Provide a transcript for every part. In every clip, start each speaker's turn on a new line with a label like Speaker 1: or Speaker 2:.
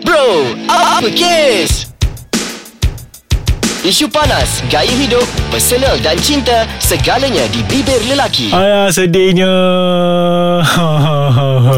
Speaker 1: Bro, apa kes? Isu panas, gaya hidup, personal dan cinta, segalanya di bibir lelaki.
Speaker 2: Ayah sedihnya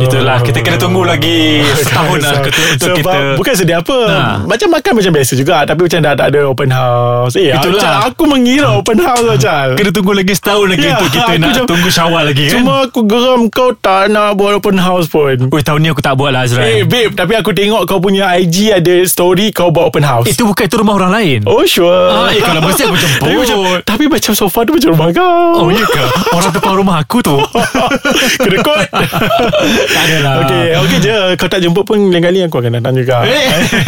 Speaker 3: Itulah Kita kena tunggu lagi Setahun lah Kita, untuk
Speaker 2: Sebab
Speaker 3: kita
Speaker 2: bukan sedih apa
Speaker 3: Ha.
Speaker 2: Macam makan macam biasa juga Tapi macam dah tak ada open house Eh
Speaker 3: Itulah. Hmm.
Speaker 2: Itulah. Aku mengira open house lah Cal
Speaker 3: Kena tunggu lagi setahun lagi
Speaker 2: Ya,
Speaker 3: Untuk kita
Speaker 2: aku
Speaker 3: nak
Speaker 2: macam-
Speaker 3: tunggu syawal lagi kan
Speaker 2: Cuma aku geram kau tak nak buat open house pun
Speaker 3: Ui, tahun ni aku tak buat lah
Speaker 2: Eh
Speaker 3: Azrael
Speaker 2: babe Tapi aku tengok kau punya IG Ada story kau buat open house
Speaker 3: Itu bukan Itu rumah orang lain
Speaker 2: Oh sure
Speaker 3: Ah, eh, kalau mesti aku jemput.
Speaker 2: tapi, macam, tapi macam sofa tu macam rumah kau
Speaker 3: Oh ya ke Orang depan rumah aku tu
Speaker 2: Kena kot
Speaker 3: Tak adalah
Speaker 2: Okay Okay je Kau tak jemput pun Lain kali aku akan datang juga
Speaker 3: Eh.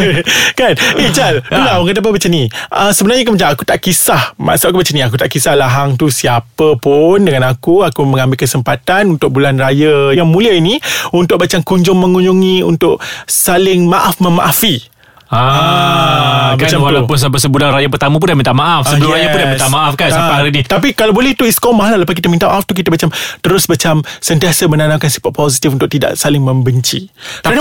Speaker 2: Kan Eh Chal
Speaker 3: Ha.
Speaker 2: Bila orang kata apa macam ni uh, Sebenarnya kan macam Aku tak kisah Maksud aku macam ni Aku tak kisahlah Hang tu siapa pun Dengan aku Aku mengambil kesempatan Untuk bulan raya Yang mulia ini Untuk macam kunjung mengunjungi Untuk Saling maaf memaafi
Speaker 3: Ah,
Speaker 2: Ah,
Speaker 3: kan
Speaker 2: macam tu.
Speaker 3: walaupun sampai sebulan raya pertama pun dah minta maaf Sebelum
Speaker 2: Ah,
Speaker 3: raya pun dah minta maaf kan
Speaker 2: Ah,
Speaker 3: Sampai hari ni
Speaker 2: Tapi kalau boleh tu istiqomah lah Lepas kita minta maaf tu Kita macam Terus macam Sentiasa menanamkan sifat positif Untuk tidak saling membenci
Speaker 3: Tapi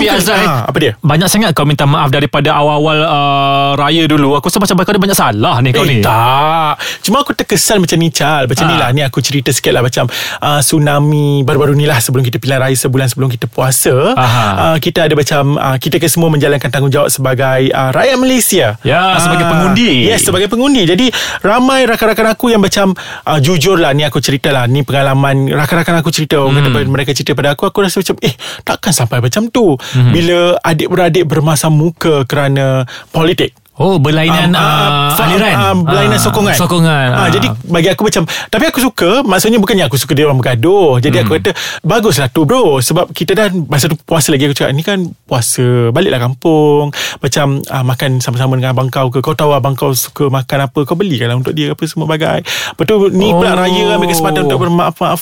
Speaker 2: Kerana bukan-
Speaker 3: Azrael
Speaker 2: Ah, Apa dia?
Speaker 3: Banyak sangat kau minta maaf Daripada awal-awal uh, Raya dulu Aku rasa macam kau ada banyak salah ni kau
Speaker 2: Eh,
Speaker 3: ni
Speaker 2: tak Cuma aku terkesan macam ni Chal Macam
Speaker 3: Ah.
Speaker 2: ni lah Ni aku cerita sikit lah Macam uh, tsunami Baru-baru ni lah Sebelum kita pilihan raya Sebulan sebelum kita puasa
Speaker 3: Aha.
Speaker 2: uh, Kita ada macam uh, Kita kan semua menjalankan tanggungjawab Sebagai uh, rakyat Malaysia Ah,
Speaker 3: Ya, sebagai pengundi.
Speaker 2: Yes sebagai pengundi Jadi ramai rakan-rakan aku Yang macam uh, Jujur lah Ni aku cerita lah Ni pengalaman Rakan-rakan aku cerita Orang kata
Speaker 3: Hmm.
Speaker 2: pada- mereka cerita pada aku Aku rasa macam Eh takkan sampai macam tu
Speaker 3: Mhm.
Speaker 2: Bila adik-beradik bermasa muka Kerana politik
Speaker 3: Oh berlainan um, uh,
Speaker 2: fa-
Speaker 3: aliran
Speaker 2: um, Berlainan
Speaker 3: Ah,
Speaker 2: sokongan
Speaker 3: Sokongan
Speaker 2: Ah,
Speaker 3: ah.
Speaker 2: Jadi bagi aku macam Tapi aku suka Maksudnya bukannya aku suka dia orang bergaduh Jadi
Speaker 3: Hmm.
Speaker 2: aku kata Baguslah tu bro Sebab kita dah Masa tu puasa lagi Aku cakap ni kan puasa Baliklah kampung Macam ah, makan sama-sama dengan abang kau ke Kau tahu abang kau suka makan apa Kau belikan lah untuk dia Apa semua bagai Lepas tu ni pula
Speaker 3: Oh.
Speaker 2: raya Ambil kesempatan untuk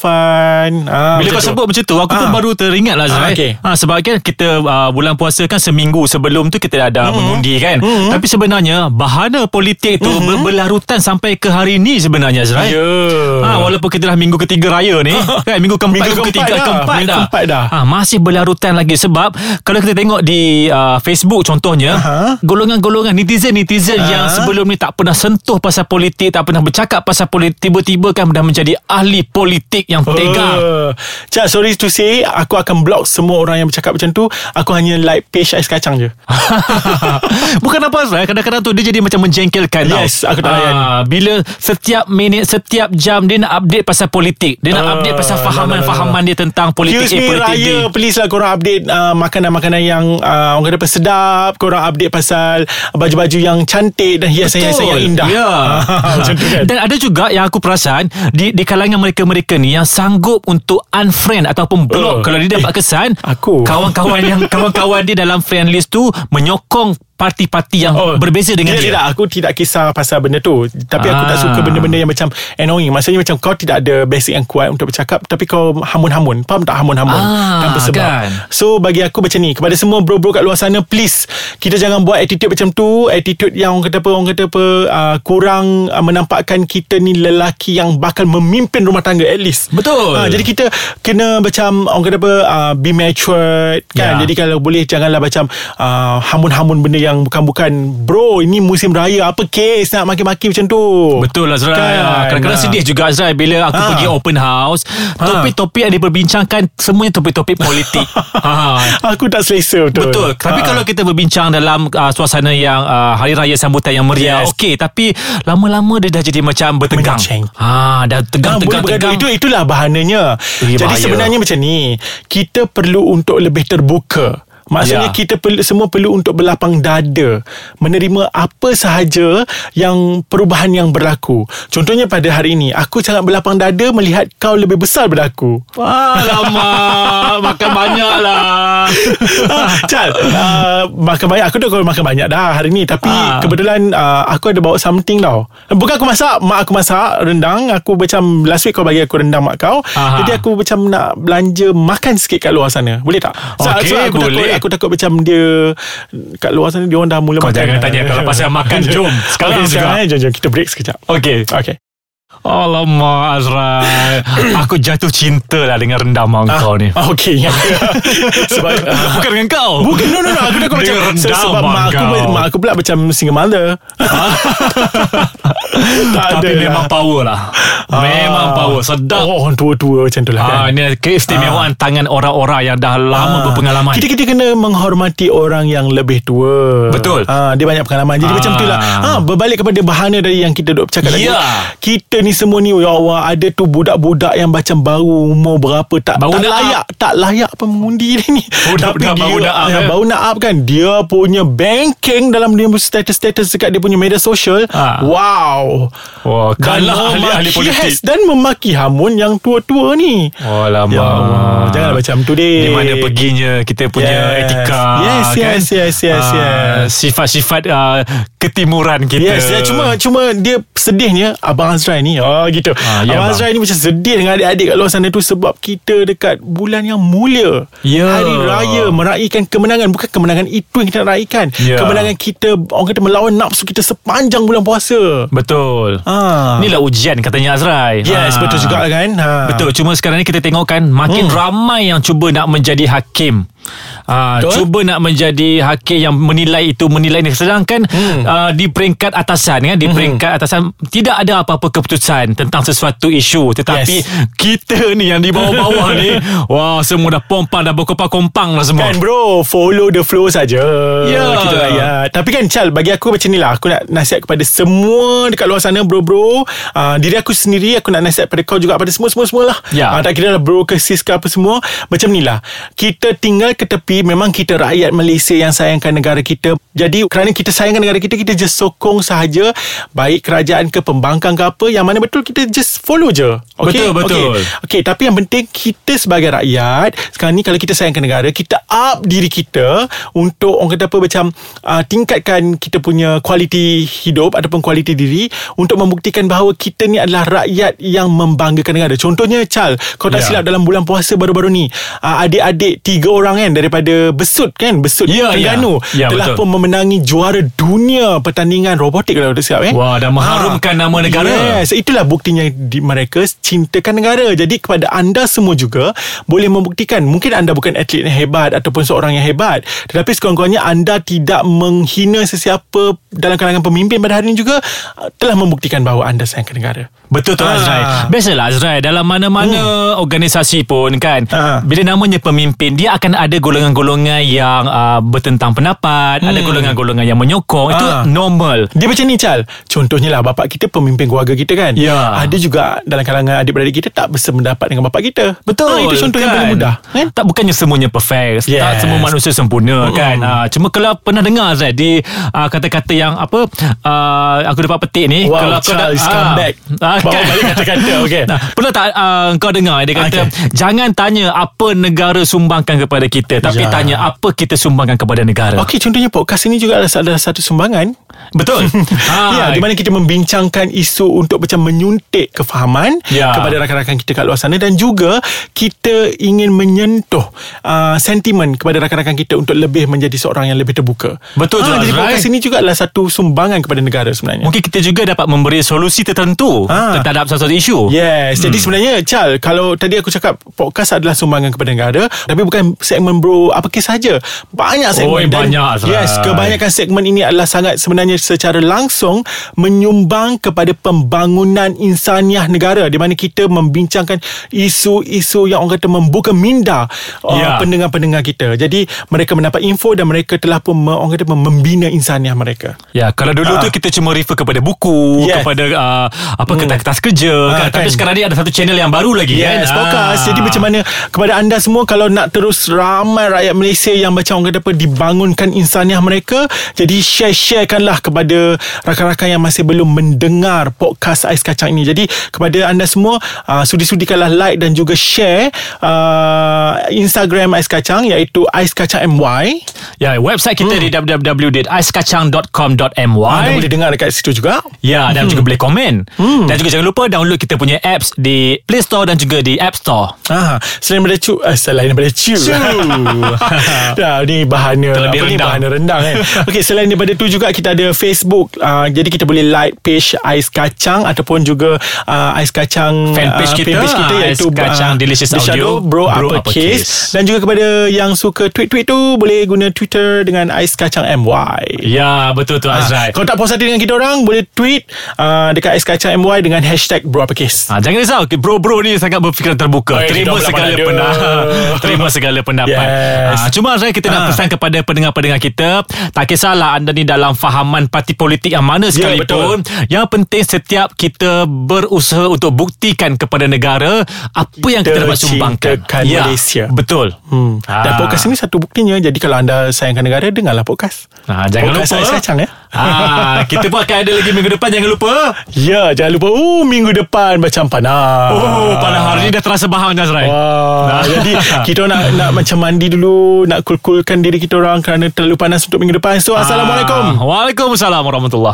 Speaker 2: bermaaf-maafan ah,
Speaker 3: Bila
Speaker 2: macam
Speaker 3: kau
Speaker 2: tu.
Speaker 3: sebut macam tu Aku pun
Speaker 2: Ah.
Speaker 3: baru teringat lah Azrael
Speaker 2: Ah, okey.
Speaker 3: ha, Sebab kan kita uh, Bulan puasa kan seminggu sebelum tu Kita dah
Speaker 2: Mm-hmm.
Speaker 3: ada mengundi kan Tapi sebenarnya Bahana politik tu ber- Berlarutan sampai ke hari ni sebenarnya Azrael
Speaker 2: Mm-hmm. Ya.
Speaker 3: Ha, walaupun kita dah minggu ketiga raya ni kan minggu keempat
Speaker 2: Minggu
Speaker 3: ketiga
Speaker 2: keempat dah.
Speaker 3: keempat
Speaker 2: Minggu
Speaker 3: dah.
Speaker 2: keempat dah.
Speaker 3: Ha, masih berlarutan lagi sebab kalau kita tengok di uh, Facebook contohnya
Speaker 2: Aha.
Speaker 3: golongan-golongan netizen-netizen
Speaker 2: Ah.
Speaker 3: yang sebelum ni tak pernah sentuh pasal politik tak pernah bercakap pasal politik tiba-tiba kan dah menjadi ahli politik yang tega.
Speaker 2: Uh, Cak sorry to say Aku akan block semua orang yang bercakap macam tu Aku hanya like page ais kacang je
Speaker 3: Bukan apa Azrael Kadang-kadang tu Dia jadi macam menjengkelkan tau.
Speaker 2: Yes, aku tak layan.
Speaker 3: Ah, Bila setiap minit Setiap jam Dia nak update pasal politik Dia nak
Speaker 2: Ah,
Speaker 3: update
Speaker 2: no, no,
Speaker 3: pasal
Speaker 2: no,
Speaker 3: fahaman-fahaman
Speaker 2: no.
Speaker 3: dia Tentang politik
Speaker 2: Excuse
Speaker 3: A,
Speaker 2: me
Speaker 3: politik
Speaker 2: Raya
Speaker 3: D
Speaker 2: Please lah korang update uh, Makanan-makanan yang uh, Orang kata apa sedap Korang update pasal Baju-baju yang cantik Dan hiasan-hiasan yang indah
Speaker 3: Ya.
Speaker 2: Macam tu kan
Speaker 3: Dan ada juga yang aku perasan di di kalangan mereka-mereka ni yang sanggup untuk unfriend ataupun block
Speaker 2: Oh.
Speaker 3: kalau dia
Speaker 2: Eh,
Speaker 3: dapat kesan
Speaker 2: aku.
Speaker 3: kawan-kawan yang kawan-kawan dia dalam friend list tu menyokong parti-parti yang oh, berbeza
Speaker 2: Ya,
Speaker 3: dengan
Speaker 2: tidak,
Speaker 3: dia.
Speaker 2: Tidak aku tidak kisah pasal benda tu Tapi aku tak
Speaker 3: Ah.
Speaker 2: suka benda-benda yang macam Annoying Maksudnya macam kau tidak ada basic yang kuat Untuk bercakap Tapi kau hamun-hamun Faham tak hamun-hamun
Speaker 3: Ah,
Speaker 2: Tanpa sebab
Speaker 3: kan.
Speaker 2: So bagi aku macam ni Kepada semua bro-bro kat luar sana Please Kita jangan buat attitude macam tu Attitude yang orang kata apa Orang kata apa uh, Kurang uh, menampakkan kita ni lelaki Yang bakal memimpin rumah tangga at least
Speaker 3: Betul.
Speaker 2: Ah, Jadi kita kena macam Orang kata apa uh, Be matured kan?
Speaker 3: Ya.
Speaker 2: Jadi kalau boleh Janganlah macam uh, Hamun-hamun benda yang Bukan-bukan Bro ini musim raya Apa kes nak maki-maki macam tu
Speaker 3: Betul Azrai kan, Kadang-kadang
Speaker 2: Ah.
Speaker 3: sedih juga Azrai Bila aku
Speaker 2: Ah.
Speaker 3: pergi open house Topik-topik yang diperbincangkan Semuanya topik-topik politik ha.
Speaker 2: Aku tak selesa betul
Speaker 3: Betul. Tapi
Speaker 2: Ah.
Speaker 3: kalau kita berbincang dalam uh, suasana yang uh, hari raya sambutan yang meriah, yes.
Speaker 2: Yes.
Speaker 3: okey, tapi lama-lama dia dah jadi macam bertegang.
Speaker 2: Menceng.
Speaker 3: Ah, dah
Speaker 2: Ah,
Speaker 3: tegang-tegang
Speaker 2: boleh bergaduh.
Speaker 3: tegang.
Speaker 2: Itu itulah bahananya.
Speaker 3: Eh,
Speaker 2: Jadi
Speaker 3: bahaya.
Speaker 2: sebenarnya macam ni, kita perlu untuk lebih terbuka. Maksudnya
Speaker 3: Ya.
Speaker 2: yeah. kita perlu, semua perlu untuk berlapang dada menerima apa sahaja yang perubahan yang berlaku. Contohnya pada hari ini, aku sangat berlapang dada melihat kau lebih besar daripada aku.
Speaker 3: Alamak, makan banyak lah.
Speaker 2: Chal uh, Makan banyak Aku dah kalau makan banyak dah hari ni Tapi
Speaker 3: Ah.
Speaker 2: kebetulan uh, Aku ada bawa something tau Bukan aku masak Mak aku masak rendang Aku macam Last week kau bagi aku rendang mak kau
Speaker 3: Aha.
Speaker 2: Jadi aku macam nak belanja Makan sikit kat luar sana Boleh tak?
Speaker 3: Okey,
Speaker 2: aku
Speaker 3: boleh.
Speaker 2: takut, aku takut macam dia Kat luar sana Dia orang dah mula
Speaker 3: Kau
Speaker 2: makan Kan,
Speaker 3: jangan tanya kalau pasal makan, jom. Sekarang
Speaker 2: Okey,
Speaker 3: juga.
Speaker 2: eh. Jom jom kita break sekejap
Speaker 3: Okey.
Speaker 2: Okay
Speaker 3: Alamak Azrai Aku jatuh cinta lah Dengan rendam ah. kau ni
Speaker 2: Ah, okay Sebab uh,
Speaker 3: Bukan dengan kau
Speaker 2: Bukan no no no Aku takut
Speaker 3: Dia
Speaker 2: macam
Speaker 3: rendam
Speaker 2: se- Sebab
Speaker 3: mak
Speaker 2: mak aku
Speaker 3: kau.
Speaker 2: Mak aku pula macam single mother Tak ada
Speaker 3: Tapi
Speaker 2: lah.
Speaker 3: memang power lah Memang
Speaker 2: Ah.
Speaker 3: power Sedap
Speaker 2: Oh orang tua-tua macam tu lah kan
Speaker 3: Ah, ini keistimewaan tangan orang-orang yang dah lama berpengalaman.
Speaker 2: Ah. Kita kita kena menghormati orang yang lebih tua.
Speaker 3: Betul.
Speaker 2: Ha, dia banyak pengalaman. Jadi
Speaker 3: Ah.
Speaker 2: macam tu lah. Ha, berbalik kepada bahana dari yang kita duk cakap tadi.
Speaker 3: Ya.
Speaker 2: Kita ni semua ni ya Allah ada tu budak-budak yang macam baru umur berapa tak
Speaker 3: Baru
Speaker 2: tak
Speaker 3: nak
Speaker 2: layak, tak layak pengundi dia ni.
Speaker 3: Budak- budak baru nak up,
Speaker 2: ya,
Speaker 3: eh.
Speaker 2: baru nak up kan. Dia punya banking dalam dia punya status-status dekat dia punya media sosial.
Speaker 3: Ah.
Speaker 2: Wow.
Speaker 3: Wah,
Speaker 2: Dan
Speaker 3: kalah ahli-ahli
Speaker 2: memaki-
Speaker 3: politik.
Speaker 2: yes, Dan memaki hamun yang tua-tua ni.
Speaker 3: Alamak.
Speaker 2: Ya Allah, janganlah macam tu, Dik.
Speaker 3: Oh, Di mana perginya kita punya
Speaker 2: Yes.
Speaker 3: etika. kan?
Speaker 2: Yes, yes, yes, yes,
Speaker 3: Ah,
Speaker 2: yes.
Speaker 3: Sifat-sifat ah, ketimuran kita.
Speaker 2: Yes, dia cuma cuma dia sedihnya abang Azrai ni. Oh gitu.
Speaker 3: Ah, ya,
Speaker 2: abang
Speaker 3: abang.
Speaker 2: Azrai ni macam sedih dengan adik-adik kat luar sana tu sebab kita dekat bulan yang mulia.
Speaker 3: Ya.
Speaker 2: Hari raya meraihkan kemenangan bukan kemenangan itu yang kita nak raihkan.
Speaker 3: Ya.
Speaker 2: Kemenangan kita orang kata melawan nafsu kita sepanjang bulan puasa.
Speaker 3: Betul.
Speaker 2: Ah.
Speaker 3: Inilah ujian katanya Azrai.
Speaker 2: Yes,
Speaker 3: Ah.
Speaker 2: betul juga lah kan. Ha.
Speaker 3: Betul Cuma sekarang ni kita tengok kan Makin hmm. ramai yang cuba nak menjadi hakim Uh,
Speaker 2: Betul.
Speaker 3: cuba nak menjadi hakim yang menilai itu menilai ini sedangkan hmm. uh, di peringkat atasan kan di
Speaker 2: Hmm.
Speaker 3: peringkat atasan tidak ada apa-apa keputusan tentang sesuatu isu tetapi
Speaker 2: Yes.
Speaker 3: kita ni yang di bawah-bawah ni wah semua dah pompang dah berkompang-kompang lah semua
Speaker 2: Kan bro Follow the flow saja
Speaker 3: Ya.
Speaker 2: Kita layan Tapi kan Chal Bagi aku macam ni lah Aku nak nasihat kepada semua Dekat luar sana bro-bro uh, Diri aku sendiri Aku nak nasihat pada kau juga Pada semua-semua lah
Speaker 3: Ya.
Speaker 2: Ah, Tak kira lah bro ke sis ke apa semua Macam ni lah Kita tinggal ke tepi Memang kita rakyat Malaysia Yang sayangkan negara kita Jadi kerana kita sayangkan negara kita Kita just sokong sahaja Baik kerajaan ke Pembangkang ke apa Yang mana betul Kita just follow je
Speaker 3: Betul, betul.
Speaker 2: okay. Okey, tapi yang penting kita sebagai rakyat, sekarang ni kalau kita sayangkan negara, kita up diri kita untuk orang kata apa macam uh, tingkatkan kita punya kualiti hidup ataupun kualiti diri untuk membuktikan bahawa kita ni adalah rakyat yang membanggakan negara. Contohnya Chal, kau tak
Speaker 3: Ya.
Speaker 2: yeah. silap dalam bulan puasa baru-baru ni, uh, adik-adik tiga orang kan daripada Besut kan, Besut
Speaker 3: Ya, ya.
Speaker 2: Terengganu
Speaker 3: Ya,
Speaker 2: telah
Speaker 3: betul.
Speaker 2: pun memenangi juara dunia pertandingan robotik kalau tak silap eh.
Speaker 3: Wah, dan mengharumkan nama negara.
Speaker 2: Ah. Yes, So, itulah buktinya di mereka cintakan negara. Jadi kepada anda semua juga boleh membuktikan mungkin anda bukan atlet yang hebat ataupun seorang yang hebat. Tetapi sekurang-kurangnya anda tidak menghina sesiapa dalam kalangan pemimpin pada hari ini juga uh, telah membuktikan bahawa anda sayangkan negara.
Speaker 3: Betul tu
Speaker 2: Ah. Oh.
Speaker 3: Azrai Biasalah Azrai Dalam mana-mana organisasi pun kan
Speaker 2: Ah.
Speaker 3: Bila namanya pemimpin Dia akan ada golongan-golongan yang uh, Bertentang pendapat Ada golongan-golongan yang menyokong Itu
Speaker 2: Hmm. Ah.
Speaker 3: normal
Speaker 2: Dia macam ni Chal Contohnya lah Bapak kita pemimpin keluarga kita kan
Speaker 3: Ya.
Speaker 2: Ada juga Dalam kalangan adik-beradik kita Tak bersependapat dengan bapak kita
Speaker 3: Betul
Speaker 2: ah, Itu contoh yang paling mudah kan?
Speaker 3: Oh, Tak bukannya semuanya perfect yes. Tak
Speaker 2: Yes.
Speaker 3: semua manusia sempurna mm. kan uh, Cuma kalau pernah dengar Azrai Di uh, kata-kata yang apa uh, Aku dapat petik ni
Speaker 2: Wow,
Speaker 3: kalau Ah.
Speaker 2: Charles come back. Bawa balik kata-kata, okey.
Speaker 3: kan? Nah, Pernah tak uh, kau dengar Dia kata
Speaker 2: Okey.
Speaker 3: Jangan tanya apa negara sumbangkan kepada kita Tapi
Speaker 2: Ya.
Speaker 3: tanya apa kita sumbangkan kepada negara
Speaker 2: Okey, contohnya podcast ini juga adalah, adalah satu sumbangan.
Speaker 3: Betul
Speaker 2: Ya,
Speaker 3: ha,
Speaker 2: di mana kita membincangkan isu untuk macam menyuntik kefahaman
Speaker 3: Ya.
Speaker 2: kepada rakan-rakan kita kat luar sana dan juga kita ingin menyentuh uh, sentimen kepada rakan-rakan kita untuk lebih menjadi seorang yang lebih terbuka.
Speaker 3: Betul tu,
Speaker 2: Ah, Jadi
Speaker 3: Azrai.
Speaker 2: podcast ini juga adalah satu sumbangan kepada negara sebenarnya.
Speaker 3: Mungkin kita juga dapat memberi solusi tertentu
Speaker 2: Ah.
Speaker 3: Terhadap sesuatu isu
Speaker 2: Yes, hmm. jadi sebenarnya Chal, kalau tadi aku cakap podcast adalah sumbangan kepada negara, tapi bukan segmen bro apa kes saja. Banyak segmen
Speaker 3: Oi, banyak, Azrai.
Speaker 2: Yes, kebanyakan segmen ini adalah sangat sebenarnya secara langsung menyumbang kepada pembangunan insaniah negara di mana kita membincangkan isu-isu yang orang kata membuka minda
Speaker 3: Ya.
Speaker 2: yeah. uh, pendengar-pendengar kita. Jadi mereka mendapat info dan mereka telah pun me- orang kata membina insaniah mereka.
Speaker 3: Ya, kalau dulu
Speaker 2: Ah.
Speaker 3: tu kita cuma refer kepada buku,
Speaker 2: Yes.
Speaker 3: kepada uh, apa kertas-kertas kerja
Speaker 2: Ah,
Speaker 3: kan. Tapi
Speaker 2: kan.
Speaker 3: sekarang ni ada satu channel yang baru lagi
Speaker 2: Yes,
Speaker 3: kan.
Speaker 2: podcast. Jadi macam mana kepada anda semua kalau nak terus ramai rakyat Malaysia yang macam orang kata apa dibangunkan insaniah mereka, jadi share-sharekanlah kepada rakan-rakan yang masih belum mendengar podcast Ais Kacang ini. Jadi kepada anda semua uh, sudi-sudikanlah like dan juga share uh, Instagram Ais Kacang iaitu Ais Kacang MY.
Speaker 3: Ya, website kita di www.aiskacang.com.my.
Speaker 2: Anda Hmm. Ah, boleh Hmm. dengar dekat situ juga.
Speaker 3: Ya, dan juga boleh komen. Dan juga jangan lupa download kita punya apps di Play Store dan juga di App Store.
Speaker 2: Ah, selain daripada cu eh, Selain daripada cu Dah ni bahana
Speaker 3: Terlebih
Speaker 2: apa ni,
Speaker 3: rendang.
Speaker 2: Bahana rendang kan Okay selain eh. daripada tu juga Kita ada punya Facebook. Uh, jadi kita boleh like page Ais Kacang ataupun juga uh, Ais Kacang
Speaker 3: Fanpage
Speaker 2: ah,
Speaker 3: kita,
Speaker 2: fanpage kita
Speaker 3: Ais
Speaker 2: iaitu
Speaker 3: Kacang
Speaker 2: ah,
Speaker 3: Delicious
Speaker 2: The
Speaker 3: Audio,
Speaker 2: Shadow Bro,
Speaker 3: Bro
Speaker 2: Uppercase.
Speaker 3: Uppercase.
Speaker 2: Dan juga kepada yang suka tweet-tweet tu boleh guna Twitter dengan Ais Kacang MY.
Speaker 3: Ya betul tu
Speaker 2: Ah,
Speaker 3: Azrai
Speaker 2: Kalau tak puas hati dengan kita orang Boleh tweet uh, Dekat Ais Kacang MY Dengan hashtag Berapa Kes
Speaker 3: Ha, jangan risau Okay, Bro-bro ni sangat berfikiran terbuka
Speaker 2: Eh, hidup
Speaker 3: Terima
Speaker 2: lah
Speaker 3: segala
Speaker 2: pandai.
Speaker 3: pendapat Terima segala pendapat
Speaker 2: Yes.
Speaker 3: ha, Cuma Azrai kita nak
Speaker 2: Ah.
Speaker 3: pesan kepada pendengar-pendengar kita Tak kisahlah anda ni dalam fahaman parti politik yang mana
Speaker 2: Ya,
Speaker 3: sekalipun Yang penting setiap kita berusaha untuk buktikan kepada negara Apa yang
Speaker 2: Kita
Speaker 3: kita dapat sumbangkan Ya,
Speaker 2: cintakan kan Malaysia.
Speaker 3: Betul
Speaker 2: hmm. Dan
Speaker 3: Ah.
Speaker 2: podcast ni satu buktinya Jadi kalau anda sayangkan negara Dengarlah podcast
Speaker 3: Ha, jangan
Speaker 2: Podcast
Speaker 3: lupa
Speaker 2: Ais Kacang ya
Speaker 3: Ah, kita pun akan ada lagi minggu depan jangan lupa.
Speaker 2: Ya jangan lupa Oh minggu depan macam panas
Speaker 3: Oh, pada hari ni dah terasa bahang Azrai.
Speaker 2: Ah. Wah, jadi kita nak nak macam mandi dulu, nak kul-kulkan diri kita orang kerana terlalu panas untuk minggu depan. So,
Speaker 3: Ah,
Speaker 2: assalamualaikum.
Speaker 3: Waalaikumsalam warahmatullahi